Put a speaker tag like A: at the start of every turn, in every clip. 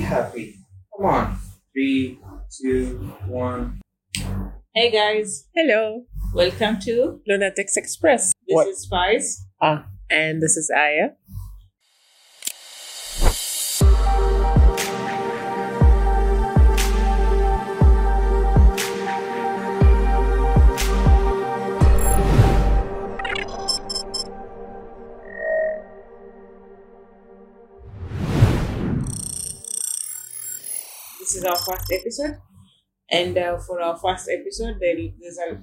A: happy. Come on. Three, two, one.
B: Hey guys,
C: Hello,
B: welcome to
C: Lunatics Express.
B: This
D: What?
B: is Spice.
C: Ah, and this is Aya.
B: This is our first episode, and uh, for our first episode, there, there's a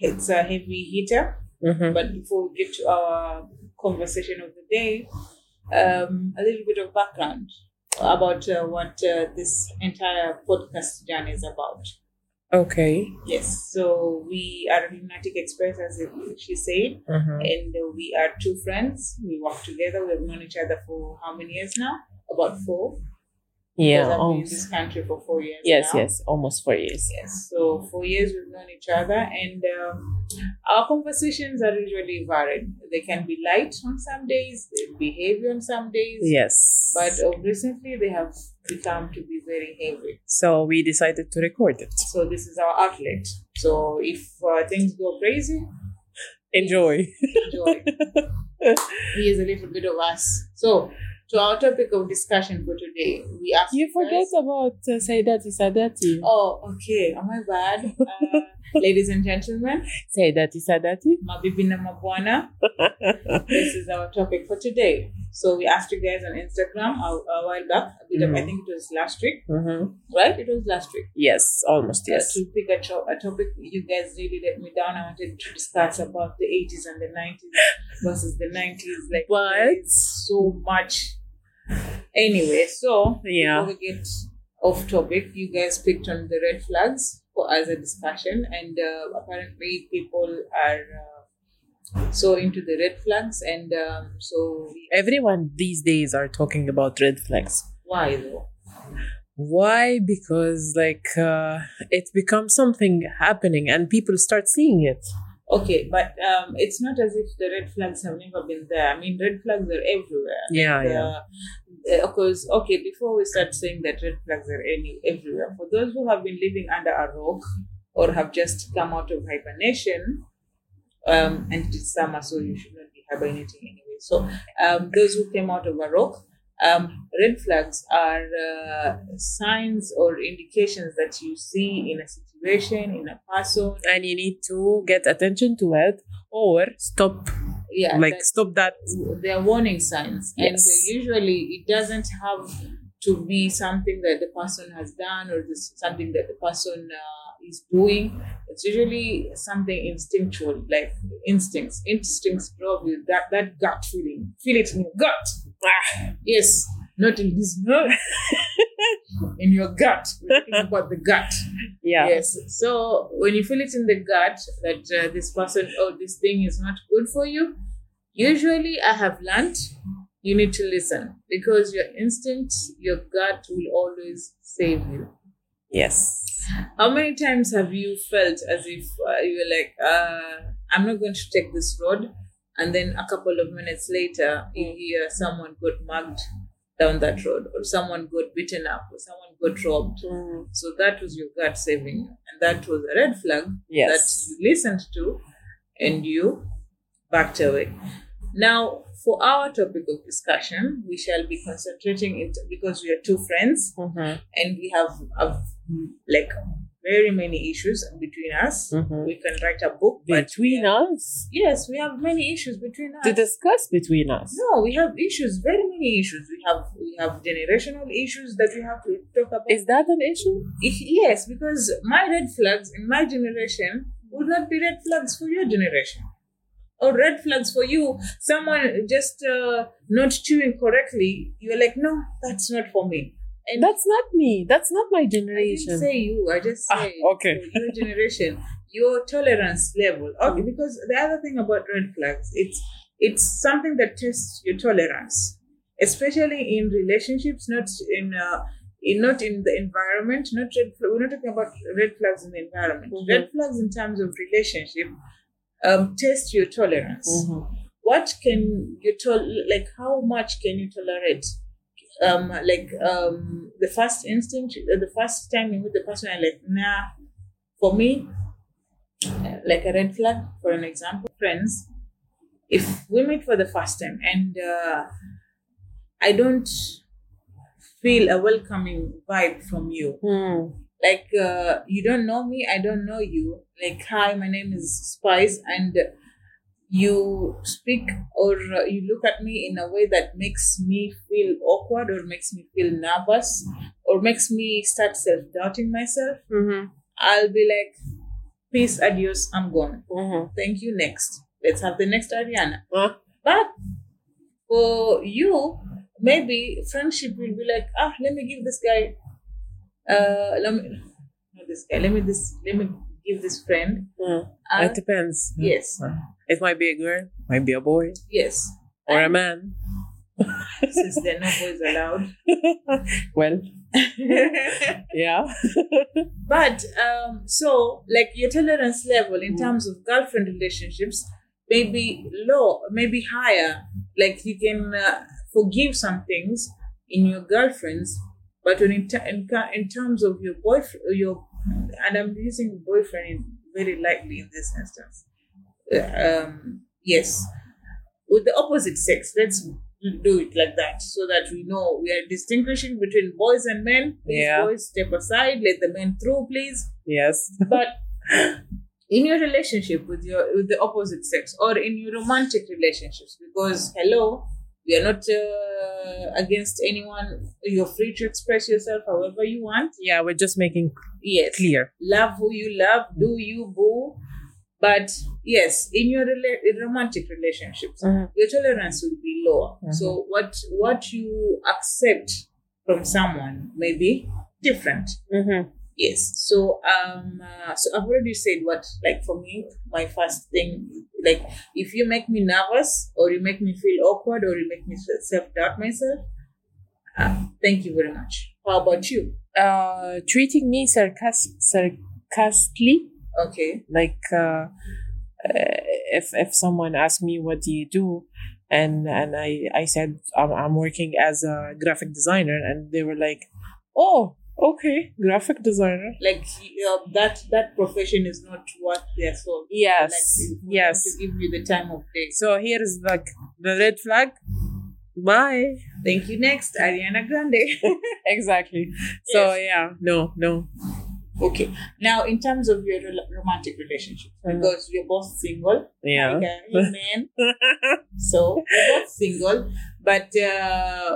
B: it's a heavy hitter.
C: Mm-hmm.
B: But before we get to our conversation of the day, um, a little bit of background about uh, what uh, this entire podcast journey is about.
C: Okay.
B: Yes, so we are Lunatic Express, as she said,
C: Mm-hmm.
B: and uh, we are two friends. We work together. We have known each other for how many years now? About four. Because
C: Yeah.
B: I've been in
C: Almost.
B: this country for four years.
C: Yes.
B: now.
C: Yes. Almost four years.
B: Yes. So four years we've known each other, and um, our conversations are usually varied. They can be light on some days, they be heavy on some days.
C: Yes.
B: But of recently, they have become to be very heavy.
C: so we decided to record it.
B: So this is our outlet. So if uh, things go crazy,
C: Enjoy.
B: enjoy. Here's a little bit of us. So to our topic of discussion for today, we asked
C: You forget
B: first-
C: about uh, Saidati Sadati.
B: Oh, okay. Am I bad? Uh, ladies and gentlemen,
C: Saidati Sadati.
B: Mabibi na Mabwana. this is our topic for today. So we asked you guys on Instagram a, a while back, a bit of, I
C: Mhm.
B: think it was last week,
C: Mm-hmm.
B: right? It was last week.
C: Yes. Almost. Yes.
B: Uh, to pick a, cho- a topic, you guys really let me down. I wanted to discuss about the 80s and the 90s versus the 90s. Like,
C: But-
B: there is so much. Anyway, so
C: Yeah.
B: before we get off topic, you guys picked on the red flags for as a discussion, and uh, apparently people are uh, so into the red flags, and um, so we,
C: Everyone these days are talking about red flags.
B: why though?
C: Why? Because like uh, it becomes something happening and people start seeing it.
B: Okay, but um, it's not as if the red flags have never been there. I mean, red flags are everywhere.
C: Yeah. Yeah.
B: Because Eh, okay, before we start saying that red flags are any everywhere, for those who have been living under a rock or have just come out of hibernation, um, and it's summer, so you should not be hibernating anyway. So, um, those who came out of a rock, um, red flags are uh, signs or indications that you see in a situation, in a person.
C: And you need to get attention to it or stop
B: Yeah,
C: like
B: that-
C: stop that
B: they're warning signs
C: Yes.
B: and uh, usually it doesn't have to be something that the person has done or this, something that the person uh, is doing it's usually something instinctual like instincts instincts drove you that that gut feeling feel it in your gut ah, yes not in this no in your gut We're talking about the gut
C: yeah
B: yes so when you feel it in the gut that uh, this person or this thing is not good for you usually i have learned you need to listen because your instinct your gut will always save you
C: yes
B: how many times have you felt as if uh, you were like uh, i'm not going to take this road and then a couple of minutes later you hear someone got mugged down that road or someone got beaten up or someone got robbed so that was your gut saving you. And that was a red flag
C: yes
B: that you listened to and you backed away. Now, for our topic of discussion, we shall be concentrating it because we are two friends
C: Mhm,
B: and we have a, like very many issues between us.
C: mhm.
B: We can write a book but we
C: between
B: have-
C: us
B: Yes, we have many issues between us.
C: to discuss between us
B: no, we have issues, very many issues. We have we have generational issues that we have to talk about.
C: is that an issue
B: If- yes, because my red flags in my generation would not be red flags for your generation. Or red flags for you, someone just uh, not chewing correctly, you're like, no, that's not for me. And
C: that's not me that's not my
B: I didn't
C: generation
B: say you, I just
C: Ah,
B: said
C: okay.
B: for your generation, your tolerance level.
C: Mm.
B: Okay, because the other thing about red flags, it's it's something that tests your tolerance, especially in relationships, not in uh, in not in the environment. Not red, we're not talking about red flags in the environment.
C: Mhm.
B: Red flags in terms of relationship um, test your tolerance
C: Mhm.
B: what can you tol- like how much can you tolerate um like um the first instinct, uh, the first time you meet the person, I like, nah, for me, uh, like a red flag, for an example, friends, if we meet for the first time and uh, I don't feel a welcoming vibe from you,
C: Mm-hmm.
B: like uh, you don't know me i don't know you like hi my name is spice and you speak or uh, you look at me in a way that makes me feel awkward or makes me feel nervous or makes me start self-doubting myself
C: Mm-hmm.
B: i'll be like peace adios i'm gone
C: Mm-hmm.
B: thank you next let's have the next ariana
C: Huh?
B: but for you maybe friendship will be like ah let me give this guy uh let me not this guy let me this let me give this friend uh,
C: Mm-hmm. it depends.
B: yes
C: It might be a girl, might be a boy,
B: yes
C: or a man.
B: since there are no boys allowed
C: Well, yeah.
B: but um so like your tolerance level in terms of girlfriend relationships may be low maybe higher like you can uh, forgive some things in your girlfriends but when in, ter- in, ca- in terms of your boyfriend your and i'm using boyfriend in, very lightly in this instance Uh, um yes with the opposite sex let's do it like that so that we know we are distinguishing between boys and men please
C: Yeah.
B: boys step aside let the men through please
C: Yes.
B: but in your relationship with your with the opposite sex or in your romantic relationships because hello we are not uh, against anyone you're free to express yourself however you want
C: Yeah, we're just making
B: yes
C: clear.
B: love who you love do you boo but yes in your rela- in romantic relationships your tolerance will be lower
C: Mhm.
B: so what what you accept from someone may be different
C: Mm-hmm.
B: Yes. So um, uh, so I've already said what like for me, my first thing like if you make me nervous or you make me feel awkward or you make me self doubt myself, uh, thank you very much. How about you?
C: Uh, treating me sarcas- sarcastically
B: Okay.
C: like uh, uh, if if someone asked me what do you do and and i i said i'm, I'm working as a graphic designer and they were like oh okay graphic designer
B: Like uh, that that profession is not what they're sold.
C: yes
B: Like, we
C: yes
B: want To give you the time of day.
C: so here is like the red flag bye
B: Thank you. Next, Ariana Grande.
C: exactly so
B: Yes.
C: yeah no no
B: okay. Now, in terms of your rel- romantic relationship,
C: Mhm.
B: because you're both single,
C: yeah
B: Okay, amen. so we're both single, but uh,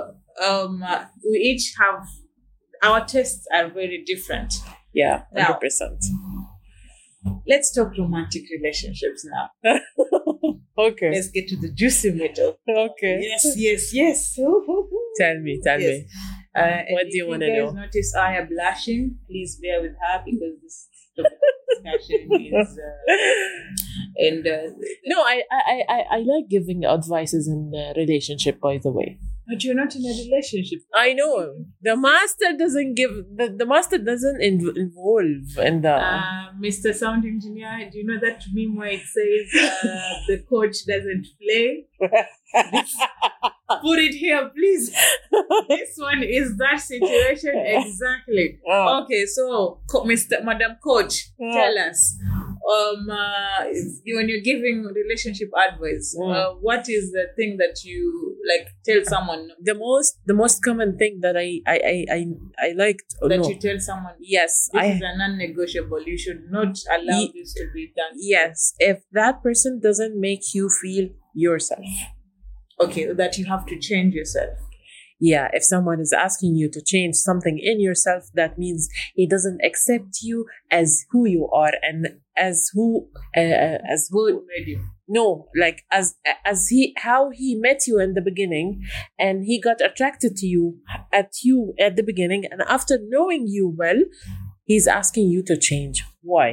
B: um, uh, we each have our tastes are very different.
C: yeah
B: Now.
C: 100%
B: Let's talk romantic relationships now.
C: okay
B: Let's get to the juicy metal.
C: okay
B: Yes, yes, yes.
C: tell me tell
B: Yes.
C: me
B: Uh, and
C: What
B: if
C: do you wanna
B: guys
C: know?
B: Notice I am blushing. Please bear with her because this topic of discussion is uh, and uh,
C: No, I I, I- I, I like giving advices in uh, relationship. By the way,
B: but you're not in a relationship.
C: I know the master doesn't give the, the master doesn't inv- involve in the.
B: Uh, Mr. Sound Engineer, do you know that meme where it says uh, the coach doesn't play? Put it here, please. this one is that situation exactly.
C: Oh,
B: Okay, so co- Mr. Madam Coach, tell us. Um, uh, is- when you're giving relationship advice, uh, what is the thing that you like tell someone
C: the most the most common thing that I I I I, I liked. or
B: that
C: Oh, no.
B: you tell someone this
C: yes,
B: is
C: I
B: a non-negotiable. You should not allow
C: Ye-
B: this to be done.
C: yes. If that person doesn't make you feel yourself,
B: Okay, that you have to change yourself.
C: yeah. If someone is asking you to change something in yourself, that means he doesn't accept you as who you are and as who uh, uh, as who
B: already.
C: no like as as he how he met you in the beginning and he got attracted to you at you at the beginning and after knowing you well he's asking you to change why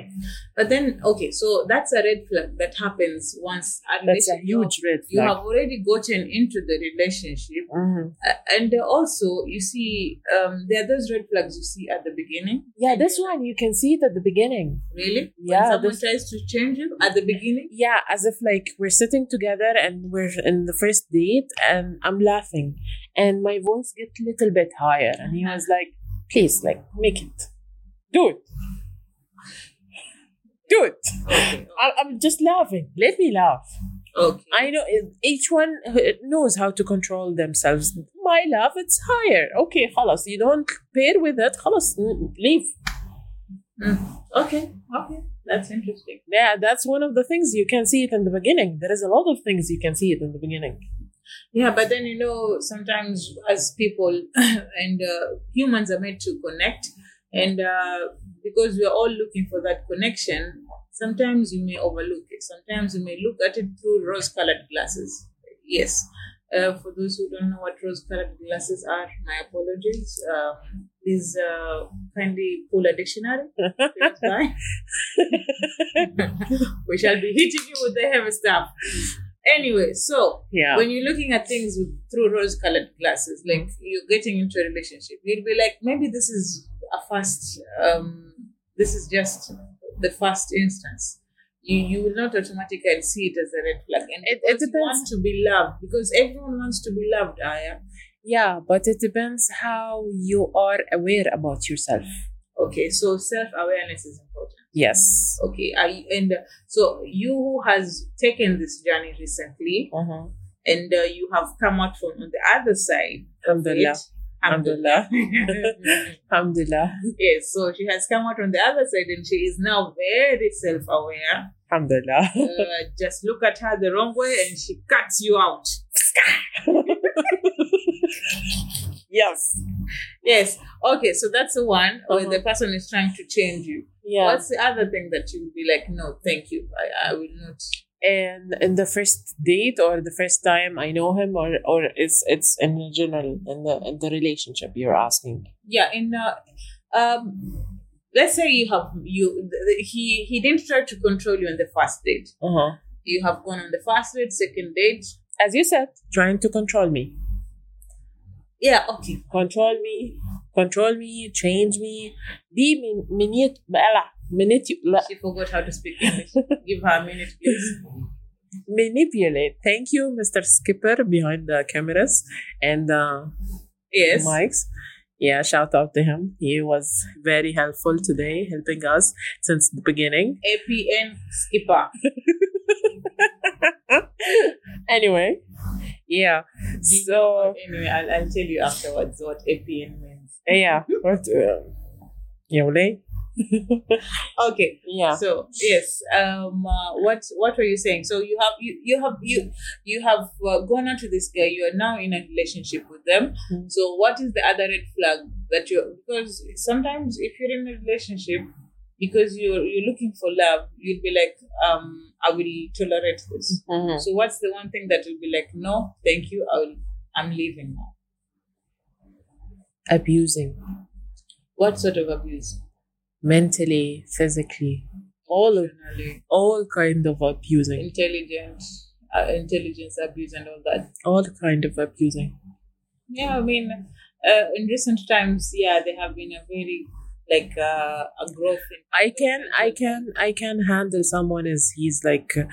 B: But then, okay, so that's a red flag that happens once. a
C: that's a
B: relationship-
C: huge red
B: You
C: flag
B: have already gotten into the relationship,
C: Mhm.
B: Uh, and uh, also you see um, there are those red flags you see at the beginning.
C: yeah this one you can see it at the beginning
B: Really,
C: Yeah,
B: When someone
C: this-
B: tries to change you at the beginning.
C: yeah as if like we're sitting together and we're in the first date and i'm laughing and my voice gets a little bit higher and he was like please, like, make it. Do it. Do it.
B: Okay.
C: I, I'm just laughing. Let me laugh.
B: okay.
C: I know it- each one h- knows how to control themselves. My love, it's higher. Okay, خلاص. You don't pair with that. خلاص, n- leave.
B: Okay. Okay. That's interesting.
C: Yeah, that's one of the things you can see it in the beginning. There is a lot of things you can see it in the beginning.
B: Yeah, but then you know, sometimes as people and uh, humans are made to connect, and uh, because we are all looking for that connection, sometimes you may overlook it. Sometimes you may look at it through rose-colored glasses. Yes. Uh, for those who don't know what rose-colored glasses are, my apologies. Um, please uh, kindly pull a dictionary. Please, bye. we shall be hitting you with the heavy stuff. Anyway, so
C: Yeah.
B: when you're looking at things with, through rose-colored glasses, like you're getting into a relationship, you'll be like, maybe this is a first. Um, this is just the first instance. You you will not automatically see it as a red flag, and
C: It- it
B: because You
C: depends.
B: want to be loved because everyone wants to be loved. Aya.
C: yeah, but it depends how you are aware about yourself.
B: Okay, so self-awareness is important.
C: Yes.
B: Okay, I and uh, so you who has taken this journey recently,
C: Uh-huh.
B: and uh, you have come out from on the other side. of it.
C: Alhamdulillah. Alhamdulillah. Alhamdulillah.
B: Yes, so she has come out on the other side and she is now very self aware.
C: Alhamdulillah.
B: Uh, just look at her the wrong way and she cuts you out.
C: Yes.
B: Yes, okay, so that's the one where
C: Uh-huh.
B: the person is trying to change you.
C: Yeah.
B: What's the other thing that you would be like, no, thank you, I, I will not?
C: and in the first date or the first time I know him or or it's it's in general in the in the relationship you're asking.
B: Yeah, and uh, um, let's say you have, you th- th- he, he didn't try to control you on the first date.
C: Uh-huh.
B: You have gone on the first date, second date.
C: As you said, trying to control me.
B: Yeah, okay.
C: Control me, control me, change me, be min- minute بلا- manipu- la-
B: She forgot how to speak English. Give her a minute, please.
C: manipulate. Thank you, Mr. Skipper behind the cameras and uh,
B: Yes.
C: mics. Yeah, shout out to him. He was very helpful today, helping us since the beginning.
B: APN skipper.
C: anyway, yeah.
B: Do you
C: So
B: know- anyway, I'll, I'll tell you afterwards what APN means.
C: yeah, what? Uh, yeah, Ulay?
B: Okay.
C: yeah.
B: So yes, um, uh, what what were you saying? So you have you you have you you have uh, gone out to this guy. You are now in a relationship with them.
C: Mhm.
B: So what is the other red flag that you? Because sometimes if you're in a relationship, because you're you're looking for love, you'll be like, um, I will tolerate this.
C: Mhm.
B: So what's the one thing that will be like, no, thank you, I'll, I'm leaving now.
C: Abusing
B: What sort of abuse?
C: mentally, physically, all of
B: Emotionally,
C: all kind of abusing,
B: intelligent, uh, intelligence abuse and all that.
C: all kind of abusing.
B: Yeah, I mean, uh, in recent times, yeah, there have been a very like uh, a growth in.
C: I can, I can, I can handle someone as he's like uh,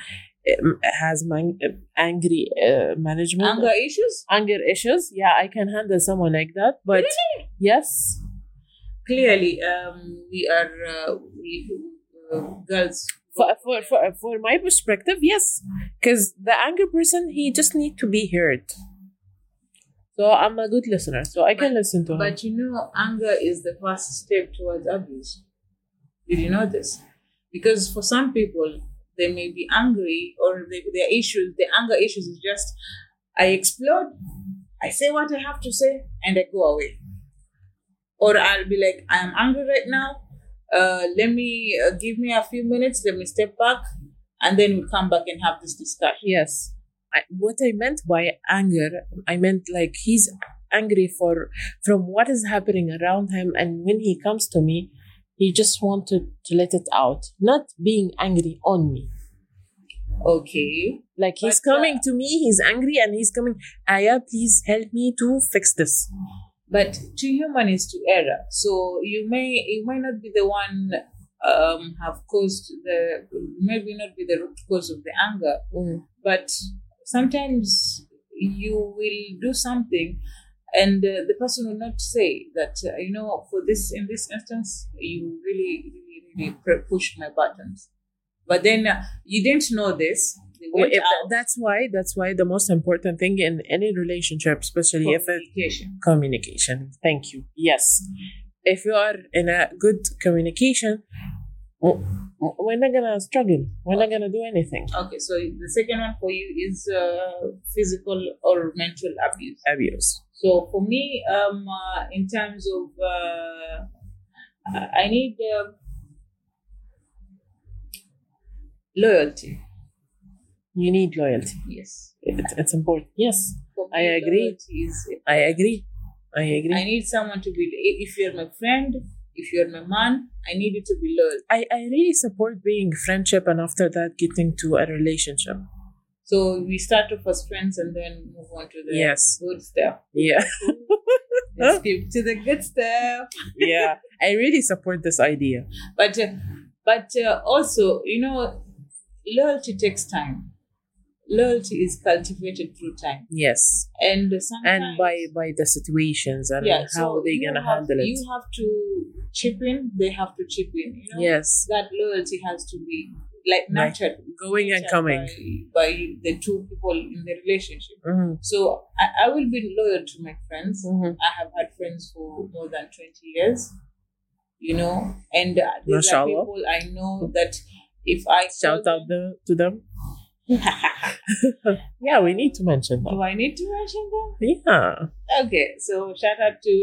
C: um, has man- uh, angry uh, management.
B: Anger issues?
C: anger issues yeah i can handle someone like that but yes
B: Clearly, um, we are uh, we, uh, girls.
C: for, for, for, for my perspective yes because the angry person he just need to be heard so i'm a good listener so i can
B: But-
C: listen to him
B: But you know, anger is the first step towards abuse. Did you know this? Because for some people, they may be angry or they, their issues, their anger issues is just I explode, I say what I have to say, and I go away. Or I'll be like, I'm angry right now. Uh, let me uh, give me a few minutes. Let me step back, and then we'll come back and have this discussion.
C: yes I, what i meant by anger i meant like he's angry for from what is happening around him and when he comes to me he just wanted to let it out not being angry on me
B: Okay.
C: Like he's
B: But, uh,
C: coming to me, he's angry, and he's coming. Aya, please help me to fix this.
B: but to human is to error so you may you may not be the one um have caused the maybe not be the root cause of the anger but sometimes you will do something and uh, the person will not say that uh, you know for this in this instance you really really really pre- pushed my buttons but then uh, you didn't know this they
C: Well,
B: went
C: if-
B: out
C: uh, that's why that's why the most important thing in any relationship, especially if it's
B: communication
C: communication. Thank you. Yes, if you are in a good communication, w- w- we're not gonna struggle. We're not gonna do anything.
B: okay so the second one for you is uh, physical or mental abuse
C: Abuse.
B: So for me, um, uh, in terms of, uh, I I need um loyalty.
C: You need loyalty.
B: Yes,
C: It, it's important. Yes,
B: for
C: I agree.
B: loyalty Is,
C: I agree. I agree.
B: I need someone to be. If you're my friend, if you're my man, I need you to be loyal.
C: I, I really support being friendship and after that getting to a relationship.
B: So we start off as friends and then move on to the
C: Yes.
B: good stuff.
C: Yeah.
B: Let's skip to the good stuff.
C: Yeah. I really support this idea.
B: but uh, but uh, also you know loyalty takes time loyalty is cultivated through time
C: Yes.
B: and sometimes
C: And by by the situations and
B: yeah,
C: how
B: so
C: they
B: you
C: gonna
B: have-
C: handle it.
B: you have to chip in they have to chip in you know
C: Yes.
B: that loyalty has to be like
C: Like
B: nurtured
C: Going and
B: nurtured
C: coming.
B: by, by the two people in the relationship
C: Mhm.
B: so I, I will be loyal to my friends
C: Mhm.
B: I have had friends for more than 20 years, you know, and uh, these are
C: Mashallah.
B: people I know that if I call
C: Shout out
B: them,
C: the, to them. yeah, we need to mention them.
B: do I need to mention them?
C: Yeah.
B: Okay, so shout out to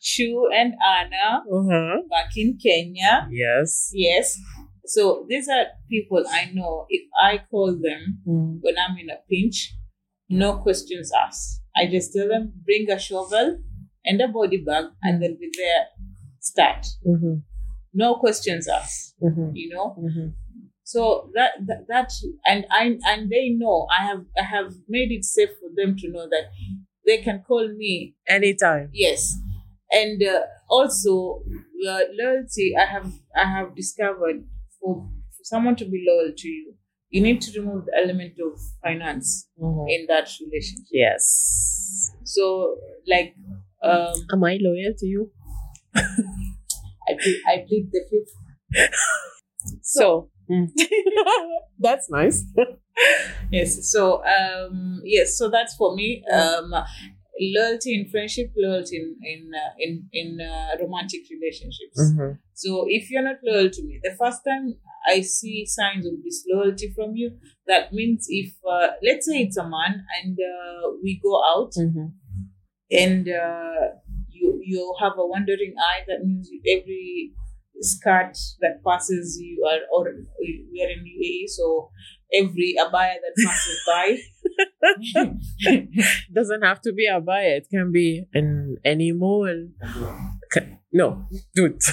B: Shu and Anna
C: Uh-huh.
B: back in Kenya.
C: Yes.
B: Yes, so these are people I know if I call them
C: Mm.
B: when I'm in a pinch, no questions asked. I just tell them bring a shovel and a body bag, and they'll be there. Start.
C: Mhm.
B: no questions asked
C: Mhm.
B: you know
C: Mhm.
B: so that, that that and i and they know i have i have made it safe for them to know that they can call me
C: Anytime.
B: yes and uh, also uh, loyalty i have i have discovered for, for someone to be loyal to you you need to remove the element of finance
C: Mhm.
B: in that relationship
C: Yes.
B: so like um
C: Am I loyal to you?
B: i plead, I plead the fifth
C: So that's nice.
B: yes so um yes so that's for me um loyalty in friendship loyalty in in uh, in, in uh, romantic relationships
C: Mm-hmm.
B: so if you're not loyal to me the first time i see signs of disloyalty from you that means if uh, let's say it's a man and uh, we go out
C: Mm-hmm.
B: and uh, you you have a wandering eye that means every skirt that passes you are or we are in UAE so every abaya that passes by
C: Doesn't have to be a buyer. It can be an animal. Ca- No, dude.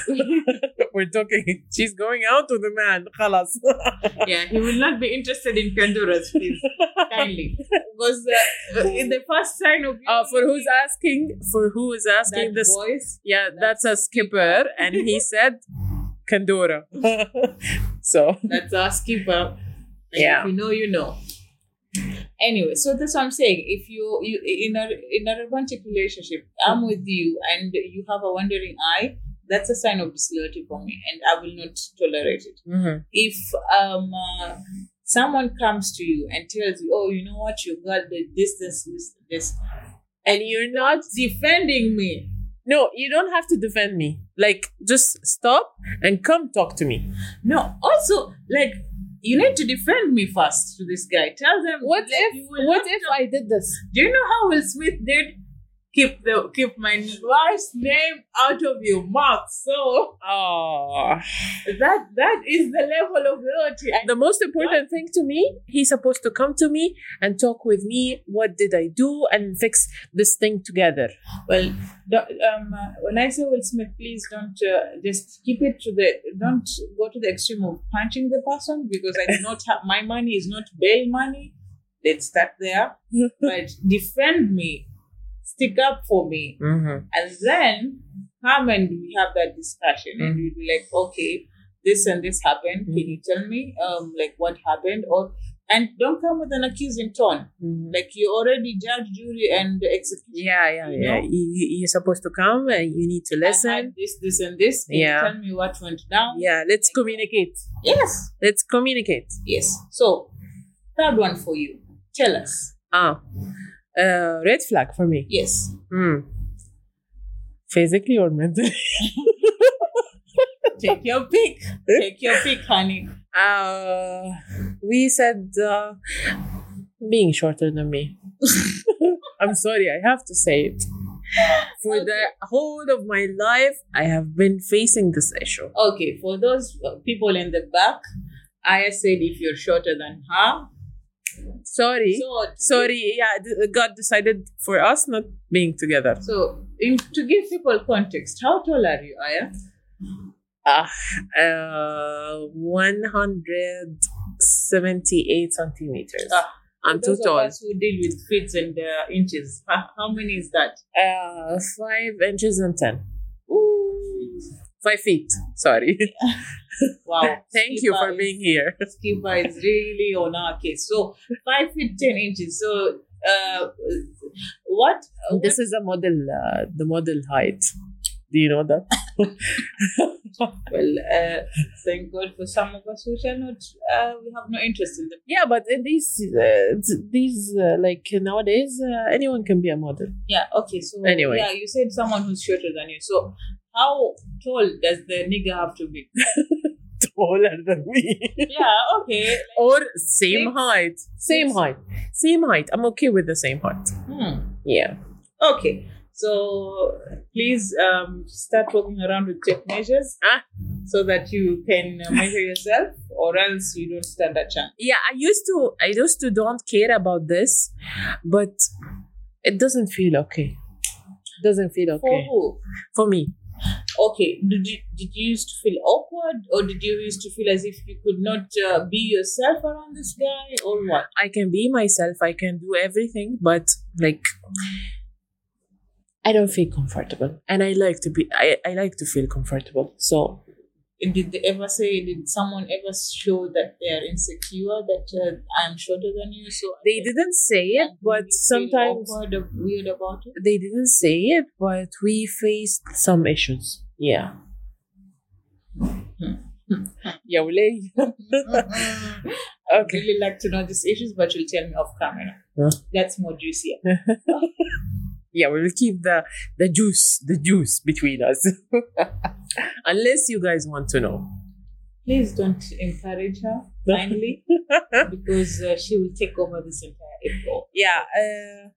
C: We're talking. She's going out with a man. Khalas.
B: yeah he will not be interested in Pandora's please kindly because uh, in the first sign of
C: Uh, for who's asking? For who is
B: that
C: asking this?
B: voice
C: Yeah, that's a skipper, and he said, "Kandora." so
B: that's our skipper. And
C: Yeah.
B: If you know, you know. Anyway, so that's what I'm saying. If you you in a in a romantic relationship, I'm with you and you have a wandering eye, that's a sign of disloyalty for me, and I will not tolerate it.
C: mhm.
B: If um uh, someone comes to you and tells you, oh, you know what, you got the this this this this,
C: and you're not
B: defending me.
C: No, you don't have to defend me. Like, just stop and come talk to me.
B: No, also like you need to defend me first to this guy. Tell them
C: What
B: like,
C: if
B: you will
C: what
B: not
C: if
B: talk
C: I did this?
B: Do you know how Will Smith did? Keep the keep my wife's name out of your mouth. So
C: Oh.
B: that that is the level of loyalty. I-
C: The most important thing to me, he's supposed to come to me and talk with me. What did I do? And fix this thing together.
B: Well, do, um, uh, when I say Will Smith, please don't uh, just keep it to the don't go to the extreme of punching the person because I do not have my money is not bail money. Let's start there, but defend me, stick up for me,
C: Mm-hmm.
B: And then come and we have that discussion and we'll be like, okay, this and this happened. Can you tell me um like what happened? Or and don't come with an accusing tone.
C: Mhm.
B: Like you're already judge, jury, and executioner.
C: Yeah, yeah,
B: You
C: yeah.
B: know?
C: You, you- you're supposed to come and you need to
B: I
C: listen.
B: had this, this, and this. Can
C: Yeah.
B: you tell me what went down?
C: Yeah, let's communicate.
B: Yes.
C: Let's communicate.
B: Yes. So, third one for you. Tell us.
C: Ah, uh, red flag for me.
B: Yes.
C: Hmm. Physically or mentally?
B: Take your pick. Take your pick, honey.
C: Uh, we said uh, being shorter than me. I'm sorry, I have to say it. For the whole of my life, I have been facing this issue.
B: Okay. For those uh, people in the back, I said if you're shorter than her.
C: Sorry.
B: So,
C: sorry, yeah, th- God decided for us not being together.
B: So, in, to give people context, how tall are you, Aya?
C: Uh, uh, 178 centimeters.
B: Ah,
C: I'm too
B: Those of
C: tall.
B: us who deal with feet and uh, inches. How, how many is that?
C: Uh, 5 inches and 10.
B: Ooh.
C: 5 feet, sorry.
B: Wow.
C: Thank you for
B: Skipper
C: being here.
B: is- Skipper is really on our case. So, 5 feet 10 inches. So, uh, what?
C: This is a model, uh, the model height. Do you know that?
B: Well, uh, thank God for some of us who shall not, uh, we have no interest in the
C: Yeah, but in these, uh, these uh, like nowadays, uh, anyone can be a model.
B: Yeah, okay. So,
C: Anyway.
B: yeah, you said someone who's shorter than you. So, how tall does the nigga have to be?
C: Taller than me.
B: yeah, okay.
C: or same
B: Six.
C: height. Same
B: Six.
C: height. Same height. I'm okay with the same height.
B: Hmm.
C: Yeah.
B: Okay. So please um, start walking around with tape measures
C: Ah.
B: so that you can uh, measure yourself, or else you don't stand a chance.
C: Yeah, I used to I used to don't care about this, but it doesn't feel okay. Doesn't feel
B: For
C: okay.
B: who?
C: For me.
B: Okay. Did you, did you used to feel awkward, or did you used to feel as if you could not uh, be yourself around this guy, or what?
C: I can be myself, I can do everything, but like I don't feel comfortable. And I like to be I, I like to feel comfortable. So
B: And Did they ever say? Did someone ever show that they are insecure? That uh, I'm shorter than you, so I
C: they
B: can-
C: didn't say it,
B: and
C: but
B: you feel
C: sometimes
B: awkward or weird about it.
C: they didn't say it, but we faced some issues. Yeah. yeah, we Okay.
B: really like to know these issues, but you'll tell me off camera.
C: Yeah.
B: That's more juicier.
C: Yeah, we will keep the the juice, the juice between us. Unless you guys want to know.
B: Please don't encourage her kindly because uh, she will take over this entire episode.
C: Yeah, uh,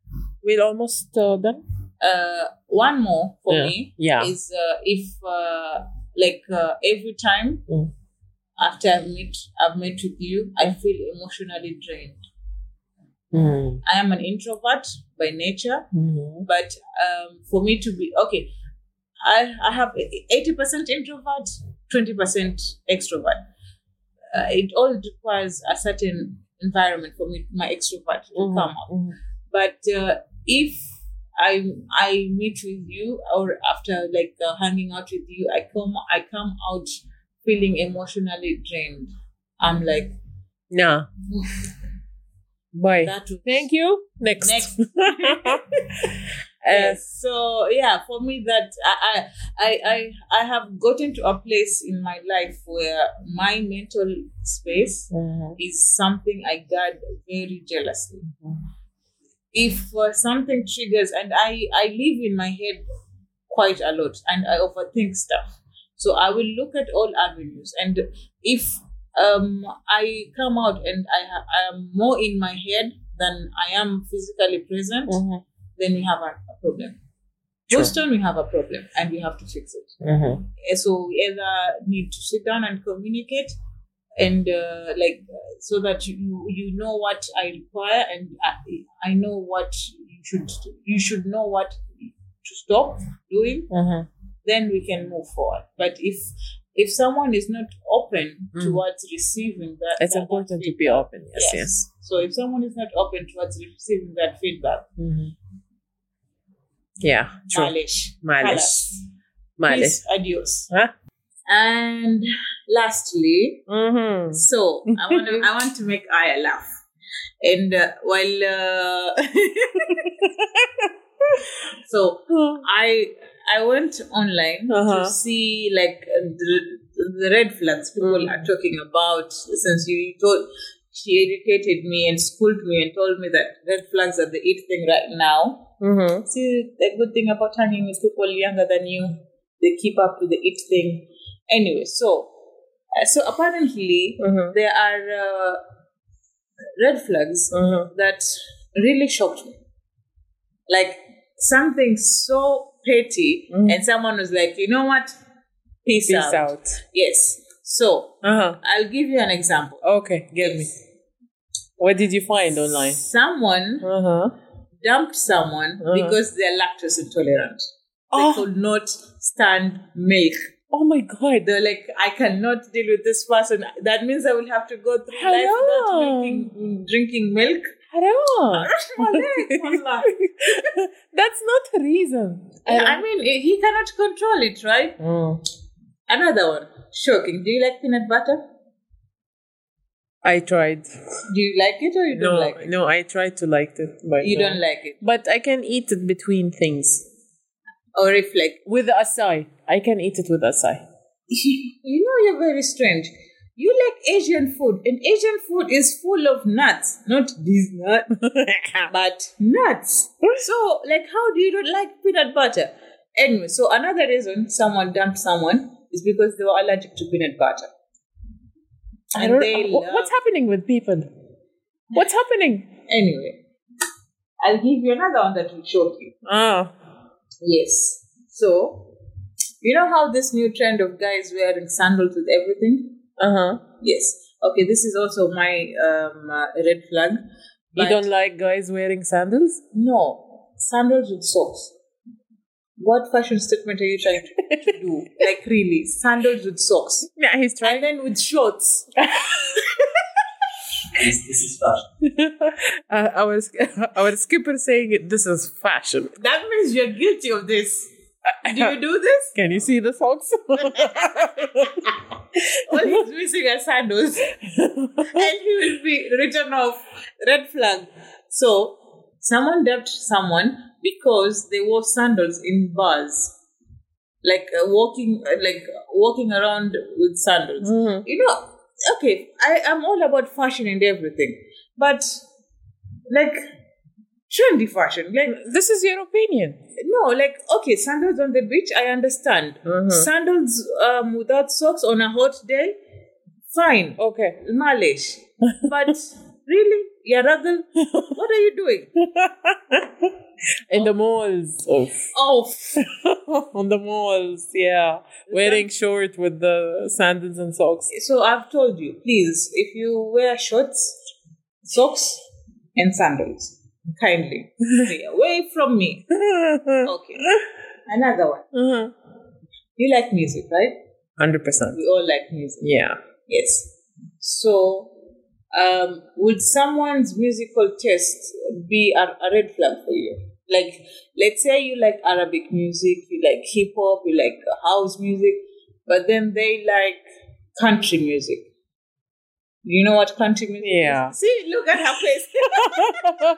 C: we're almost uh, done.
B: Uh, one more for
C: Yeah.
B: me
C: Yeah.
B: is uh, if uh, like uh, every time
C: Mm.
B: after I've met I've met with you, I feel emotionally drained.
C: Mm.
B: I am an introvert by nature.
C: Mhm.
B: but um, for me to be okay i i have 80% introvert 20% extrovert uh, it all requires a certain environment for me my extrovert to
C: Mhm.
B: come out
C: Mhm.
B: but uh, if I I meet with you or after like uh, hanging out with you, I come I come out feeling emotionally drained. I'm like
C: Nah. Bye.
B: that. was-
C: Thank you. Next.
B: Next.
C: uh,
B: yes. Uh, So yeah, for me that I I I I have gotten to a place in my life where my mental space
C: mhm.
B: is something I guard very jealously. If uh, something triggers, and I I live in my head quite a lot, and I overthink stuff. So I will look at all avenues, and if um I come out and I, ha- I am more in my head than I am physically present
C: Mhm.
B: then we have a, a problem.
C: Sure.
B: Houston, we have a problem and we have to fix it.
C: Mhm.
B: Eh, So we either need to sit down and communicate and uh, like uh, so that you you know what I require and I, I know what you should you should know what to stop doing
C: Mhm.
B: then we can move forward but if if someone is not open
C: Mm.
B: towards receiving that
C: It's
B: that
C: important to
B: feedback,
C: be open. Yes,
B: Yes.
C: yes.
B: so if someone is not open towards receiving that feedback
C: Mhm. Yeah, true.
B: malish
C: Malish. Malish.
B: Peace, adios.
C: Huh?
B: And lastly,
C: Mm-hmm.
B: so I want to I want to make Aya laugh. And uh, while uh, so I I went online
C: Uh-huh.
B: to see like the, the red flags people
C: Mm.
B: are talking about since you told she educated me and schooled me and told me that red flags are the it thing right now.
C: Mm-hmm.
B: See the good thing about hanging with people younger than you, they keep up with the it thing. Anyway, so uh, so apparently
C: Mm-hmm.
B: there are uh, red flags
C: Mm-hmm.
B: that really shocked me. Like something so petty,
C: Mhm.
B: and someone was like, you know what? Peace,
C: Peace
B: out.
C: out.
B: Yes. So
C: Uh-huh.
B: I'll give you an example.
C: Okay, get me. What did you find online?
B: Someone
C: Uh-huh.
B: dumped someone
C: Uh-huh.
B: because they're lactose intolerant. They
C: Oh.
B: could not stand milk.
C: Oh my god.
B: They're like, I cannot deal with this person. That means I will have to go through life without
C: Hello.
B: drinking, drinking milk.
C: Haram.
B: Wallah.
C: That's not a reason.
B: I mean, he cannot control it, right?
C: Mm.
B: Another one. Shocking. Do you like peanut butter?
C: I tried.
B: Do you like it or you don't
C: No,
B: like it?
C: no, I tried to like it, but
B: You
C: no.
B: don't like it.
C: But I can eat it between things
B: Or if like
C: with acai. I can eat it with acai.
B: you know you're very strange. You like Asian food, and Asian food is full of nuts. Not these nuts, but nuts. So, like, how do you not like peanut butter? Anyway, so another reason someone dumped someone is because they were allergic to peanut butter.
C: I don't,
B: they
C: wha- what's happening with people? What's happening?
B: Anyway, I'll give you another one that will shock you. Oh,
C: Ah,
B: Yes. So, you know how this new trend of guys wearing sandals with everything?
C: uh
B: uh-huh.
C: huh.
B: Yes. Okay, this is also my um, uh, red flag.
C: You
B: But
C: don't like guys wearing sandals?
B: No, sandals with socks. What fashion statement are you trying to, to do? like, really, sandals with socks.
C: Yeah, he's
B: And then with shorts.
A: This, this is fashion.
C: uh, our our skipper saying it, this is fashion.
B: That means you're guilty of this. Do you do this?
C: Can you see the socks?
B: All he's missing are sandals. and he will be written off red flag. So someone dumped someone because they wore sandals in bars, like uh, walking, uh, like walking around with sandals.
C: Mhm.
B: You know, okay, I am all about fashion and everything, but like trendy fashion, like
C: this is your opinion.
B: no, like okay, sandals on the beach, I understand.
C: Mhm.
B: Sandals um, without socks on a hot day, fine
C: Okay.
B: knowledge. But really, Yaragal, what are you doing?
C: In the malls. Of,
B: Oh,
C: on the malls, yeah. Wearing short with the sandals and socks.
B: so I've told you, please, if you wear shorts, socks, and sandals, kindly stay away from me. Okay. Another one.
C: Hundred
B: You like music, right?
C: Uh-huh. percent.
B: We all like music.
C: Yeah.
B: Yes. So, um, would someone's musical taste be a, a red flag for you? Like, let's say you like Arabic music, you like hip hop, you like house music, but then they like country music. You know what country music
C: Yeah.
B: is? See, look at her face.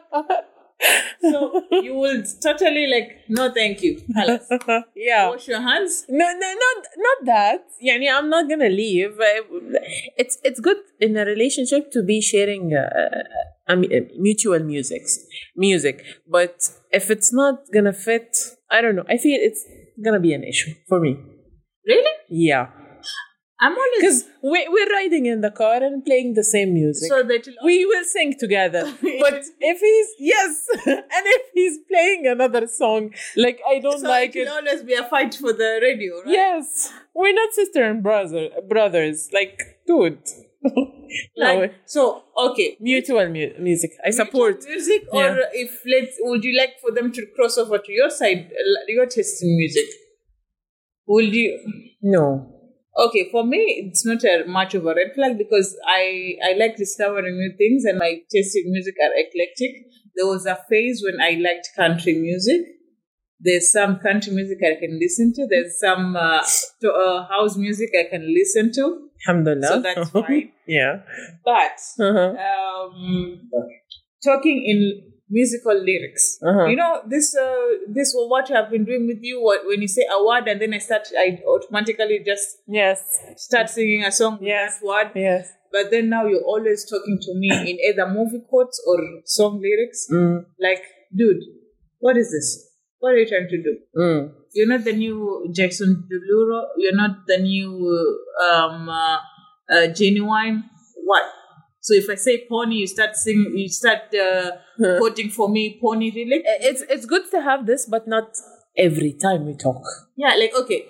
B: so you will totally like, no, thank you. Halas.
C: yeah.
B: Wash your hands.
C: Uh-huh. No, no, not not that. Yani, I'm not gonna leave. I- It's it's good in a relationship to be sharing uh, uh, um, mutual music, music. But if it's not gonna fit, I don't know. I feel it's gonna be an issue for me.
B: Really?
C: Yeah,
B: I'm always
C: because we we're riding in the car and playing the same music.
B: so that you'll
C: we will sing together. But if he's yes, and if he's playing another song, like I don't
B: so
C: like
B: it
C: it.
B: will always be a fight for the radio, right?
C: Yes, we're not sister and brother brothers. Like, dude, no,
B: Like, so okay.
C: mutual mu- music. I support.
B: Mutual music, or
C: Yeah.
B: if let's, would you like for them to cross over to your side, uh, your taste in music? Would you?
C: No.
B: Okay, for me, it's not a, much of a red flag because I I like discovering new things and my taste in music are eclectic. There was a phase when I liked country music. There's some country music I can listen to. There's some uh, to, uh, house music I can listen to.
C: Alhamdulillah.
B: So that's fine.
C: yeah.
B: But
C: Uh-huh.
B: um, talking in musical lyrics.
C: Uh-huh.
B: You know this uh, this was what I've been doing with you. What when you say a word and then I start, I automatically just
C: Yes.
B: start singing a song with
C: Yes.
B: that word.
C: Yes.
B: But then now you're always talking to me in either movie quotes or song lyrics.
C: Mm.
B: Like, dude, what is this? What are you trying to do?
C: Mm.
B: You're not the new Jackson Deluro. You're not the new um, uh, uh, genuine. What? So if I say pony, you start singing, you start uh, quoting for me pony really.
C: It's it's good to have this, but not every time we talk.
B: Yeah, like okay,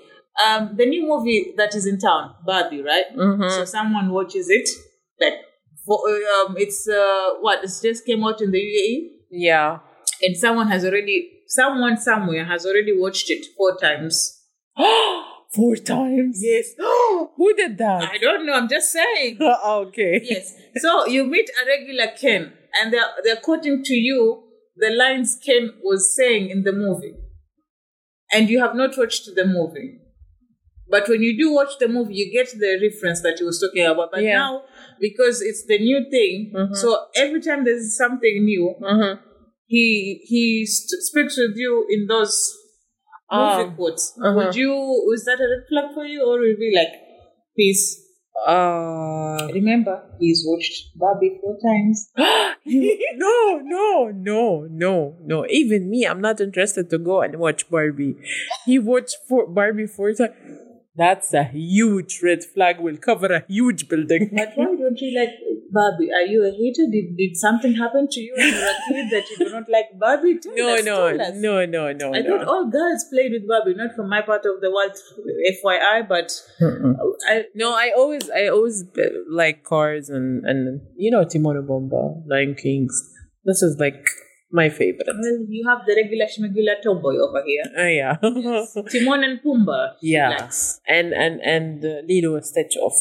B: um, the new movie that is in town, Barbie, right?
C: Mhm.
B: So someone watches it. Like, for, uh, um, it's uh, what? It's just came out in the UAE.
C: Yeah.
B: and someone has already someone somewhere has already watched it four times
C: Four times.
B: yes
C: Who did that? Ah,
B: i don't know i'm just saying
C: okay.
B: yes so you meet a regular ken and they're, they're quoting to you the lines ken was saying in the movie and you have not watched the movie but when you do watch the movie you get the reference that he was talking about but
C: Yeah.
B: now because it's the new thing so every time there's something new
C: Mm-hmm.
B: he he st- speaks with you in those
C: Ah.
B: movie quotes.
C: Uh-huh.
B: Would you was that a red flag for you, or would it be like, please
C: Uh,
B: remember he's watched Barbie four times?
C: no, no, no, no, no. Even me, I'm not interested to go and watch Barbie. He watched four, Barbie four times. That's a huge red flag. Will cover a huge building.
B: But why don't you like Barbie? Are you a hater? Did did something happen to you when you were a kid that you do not like Barbie? Tell
C: no,
B: us,
C: no,
B: tell us.
C: no, no, no,
B: I thought
C: no.
B: all girls played with Barbie, not from my part of the world, FYI, but I,
C: No, I always, I always uh, like cars and and you know Timon and Bomba, Lion Kings. This is like my favorite.
B: well, you have the regular shmegula tomboy over here.
C: Oh yeah,
B: Timon and Pumbaa.
C: yeah.
B: Relax.
C: And and and uh, Lilo and Stitch off.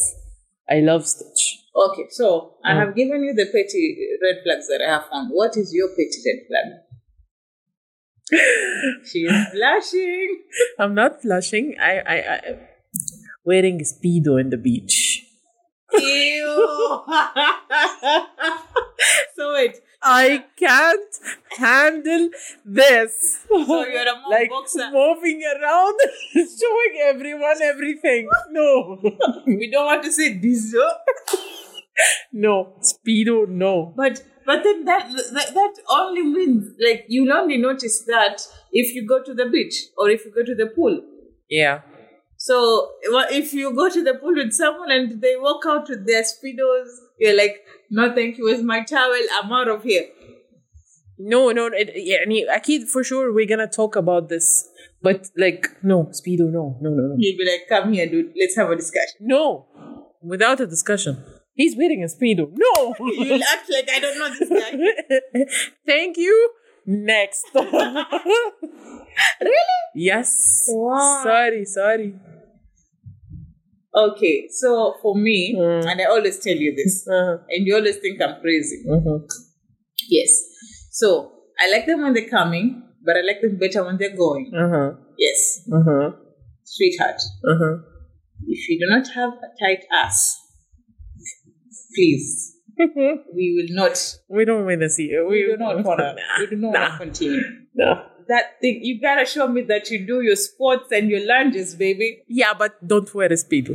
C: I love Stitch.
B: Okay, so I
C: Mm.
B: have given you the petty red flags that I have found. What is your petty red flag? she is blushing.
C: I'm not flushing. I I, I wearing speedo in the beach.
B: Ew. so wait,
C: I can't handle this.
B: so you're a mom
C: like
B: boxer.
C: moving around, showing everyone everything. No,
B: We don't want to say this, oh.
C: no, speedo, no.
B: but but then that, that that only means like you'll only notice that if you go to the beach or if you go to the pool.
C: Yeah.
B: So well, if you go to the pool with someone and they walk out with their speedos, you're like, no, thank you. Where's my towel? I'm out of here.
C: No, no, it, yeah, I mean, Akid, for sure, we're gonna talk about this, but like, no, Speedo, no, no, no, no.
B: You'll be like, come here, dude. Let's have a discussion.
C: No, without a discussion. He's wearing a Speedo. No!
B: You'll act like I don't know this guy.
C: Thank you. Next. really? Yes.
B: Wow.
C: Sorry, sorry.
B: Okay, so for me,
C: Mm.
B: and I always tell you this,
C: Uh-huh.
B: and you always think I'm crazy.
C: Uh-huh.
B: Yes. So I like them when they're coming, but I like them better when they're going.
C: Uh-huh.
B: Yes,
C: Uh-huh.
B: sweetheart.
C: Uh-huh.
B: If you do not have a tight ass, please, we will not
C: We don't want to see it.
B: We do not wanna. We do not
C: Nah.
B: wanna continue.
C: No.
B: That thing you gotta show me that you do your squats and your lunges, baby.
C: Yeah, but don't wear a Speedo.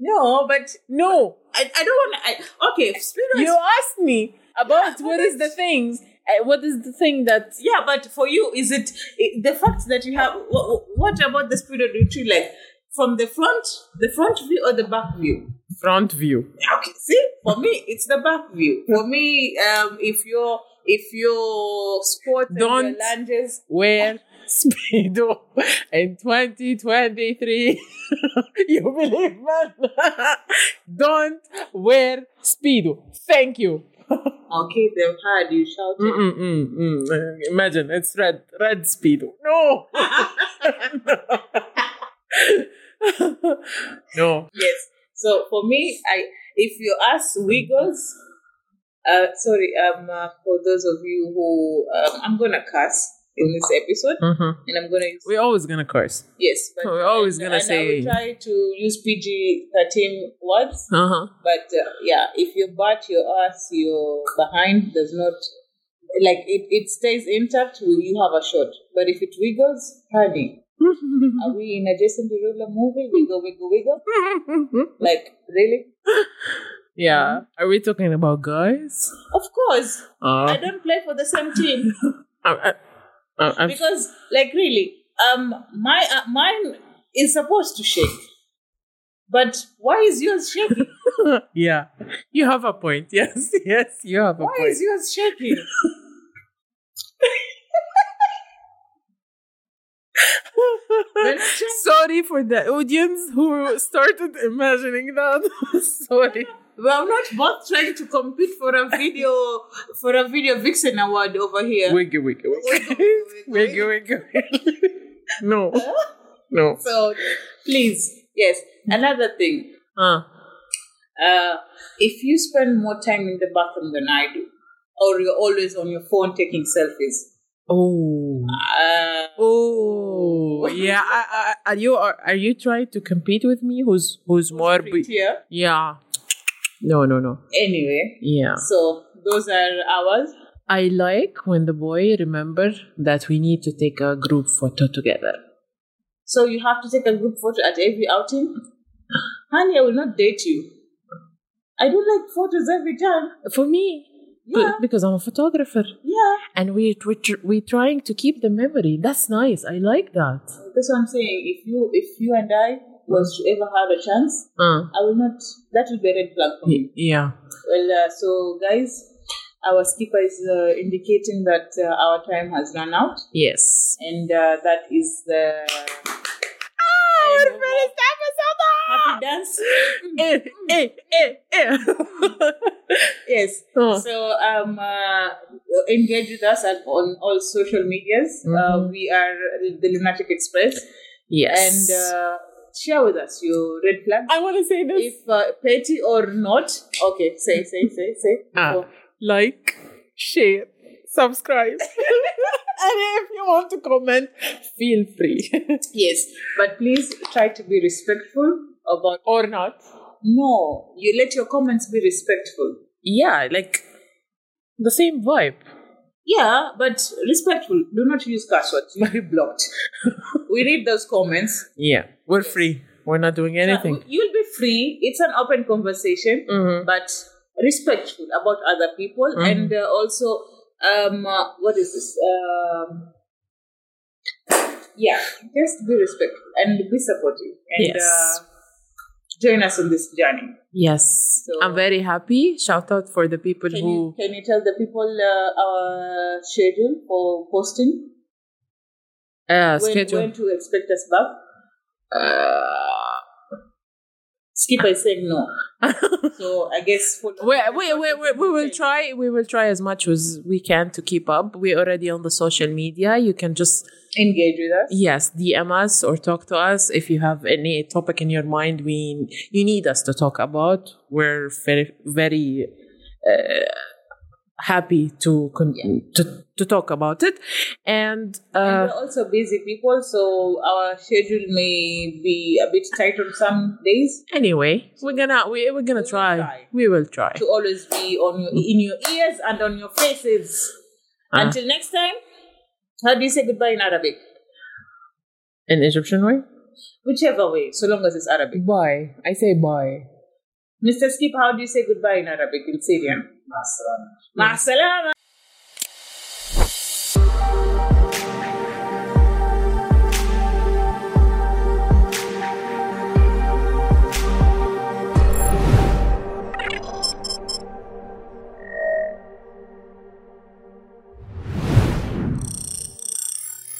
B: No, but
C: No.
B: I, I don't wanna. I, okay, speedo.
C: You
B: Is,
C: asked me about
B: Yeah,
C: what
B: but
C: is the things. uh, What is the thing that
B: yeah, but for you, is it i- the fact that you have? What, what about the speedo? Do you like from the front, the front view or the back view?
C: front view?
B: Okay, see, for me, it's the back view. For me, um, if you're if your squats and
C: Don't-
B: your lunges,
C: Wear speedo in 2023. you believe, man? Don't wear speedo. Thank you.
B: okay, they've heard you shouting.
C: Mm. Mm-mm-mm-mm. Imagine it's red, red speedo. No. no.
B: Yes. So for me, I if you ask Wiggles, uh, sorry, um, uh, for those of you who um, I'm gonna cuss, in this episode,
C: Mm-hmm.
B: and I'm gonna use
C: We're always gonna curse.
B: yes. But
C: We're always
B: and-
C: gonna
B: and
C: say-
B: I will try to use PG thirteen words,
C: Uh huh.
B: but uh, yeah, if your butt, your ass, your behind does not like it, it stays intact, will you have a shot? But if it wiggles, honey, are we in a Jason Derulo movie? Wiggle, wiggle, wiggle. Like really?
C: yeah. Are we talking about guys?
B: Of course, I
C: Uh,
B: don't play for the same team.
C: I, I, I, I,
B: because like really um my uh, mine is supposed to shake but why is yours shaking
C: yeah. You have a point. Yes. Yes. You have a
B: why
C: point.
B: is yours shaking When I check-
C: Sorry for the audience who started imagining that. Sorry.
B: we are not both trying to compete for a video for a video vixen award over here
C: Wiggy, wiggy, wiggy. Wiggy, wiggy, wiggy. No. No.
B: so please yes another thing
C: Uh,
B: uh, if you spend more time in the bathroom than i do or you're always on your phone taking selfies
C: oh.
B: uh,
C: Oh. Yeah. I, I, are you are, are you trying to compete with me? Who's who's more? Be-
B: prettier.
C: yeah. No. No. No.
B: Anyway,
C: Yeah.
B: so those are ours.
C: I like when the boy remember that we need to take a group photo together.
B: So you have to take a group photo at every outing. Honey, I will not date you. I don't like photos every time.
C: For me, b-
B: Yeah,
C: because I'm a photographer.
B: yeah.
C: and we we're, tr- we're trying to keep the memory that's nice i like that
B: That's what I'm saying. If you, if you and I was to ever have a chance,
C: uh,
B: I will not. That would be a red flag for me.
C: yeah
B: Well, uh, so guys, our skipper is uh, indicating that uh, our time has run out,
C: yes
B: and uh, that is the
C: our
B: And
C: first
B: happy dance.
C: episode eh, eh, eh, eh.
B: Yes.
C: Oh.
B: So um, uh, engage with us at, on all social medias. Uh,
C: Mhm.
B: we are the Lunatic Express,
C: yes
B: and uh, share with us your red flags,
C: i want to say this
B: if uh, petty or not. Okay, say say say say.
C: Ah.
B: Oh,
C: like share subscribe and if you want to comment feel free
B: yes, but please try to be respectful about.
C: or not
B: No, you let your comments be respectful.
C: yeah like the same vibe
B: Yeah, but respectful. Do not use cuss words. You'll be blocked. we read those comments.
C: yeah we're free we're not doing anything
B: You'll be free. It's an open conversation.
C: mm-hmm.
B: but respectful about other people
C: Mhm.
B: and uh, also um uh, what is this um yeah just be respectful and be supportive and
C: Yes.
B: uh, join us on this journey
C: Yes,
B: So-
C: I'm very happy. Shout out for the people
B: can you
C: who.
B: can you tell the people uh, our schedule for posting
C: Uh,
B: when,
C: schedule.
B: when to expect us back
C: Uh,
B: skipper is saying no so i guess for
C: we, we, we, we, we will try. We will try as much as we can to keep up. We're already on the social media. You can just
B: engage with us
C: yes DM us or talk to us if you have any topic in your mind. We you need us to talk about. We're very very uh, happy to con- to to talk about it,
B: and
C: and. Uh,
B: we're also busy people, so our schedule may be a bit tight on some days.
C: Anyway, we're gonna we, we're gonna
B: We will
C: try.
B: try.
C: We will try.
B: To always be on your, in your ears and on your faces.
C: Ah.
B: Until next time, how do you say goodbye in Arabic?
C: In Egyptian way?
B: Whichever way, so long as it's Arabic.
C: Bye. I say bye.
B: Mr. Skip, how do you say goodbye in Arabic in Syrian? Ma'asalama.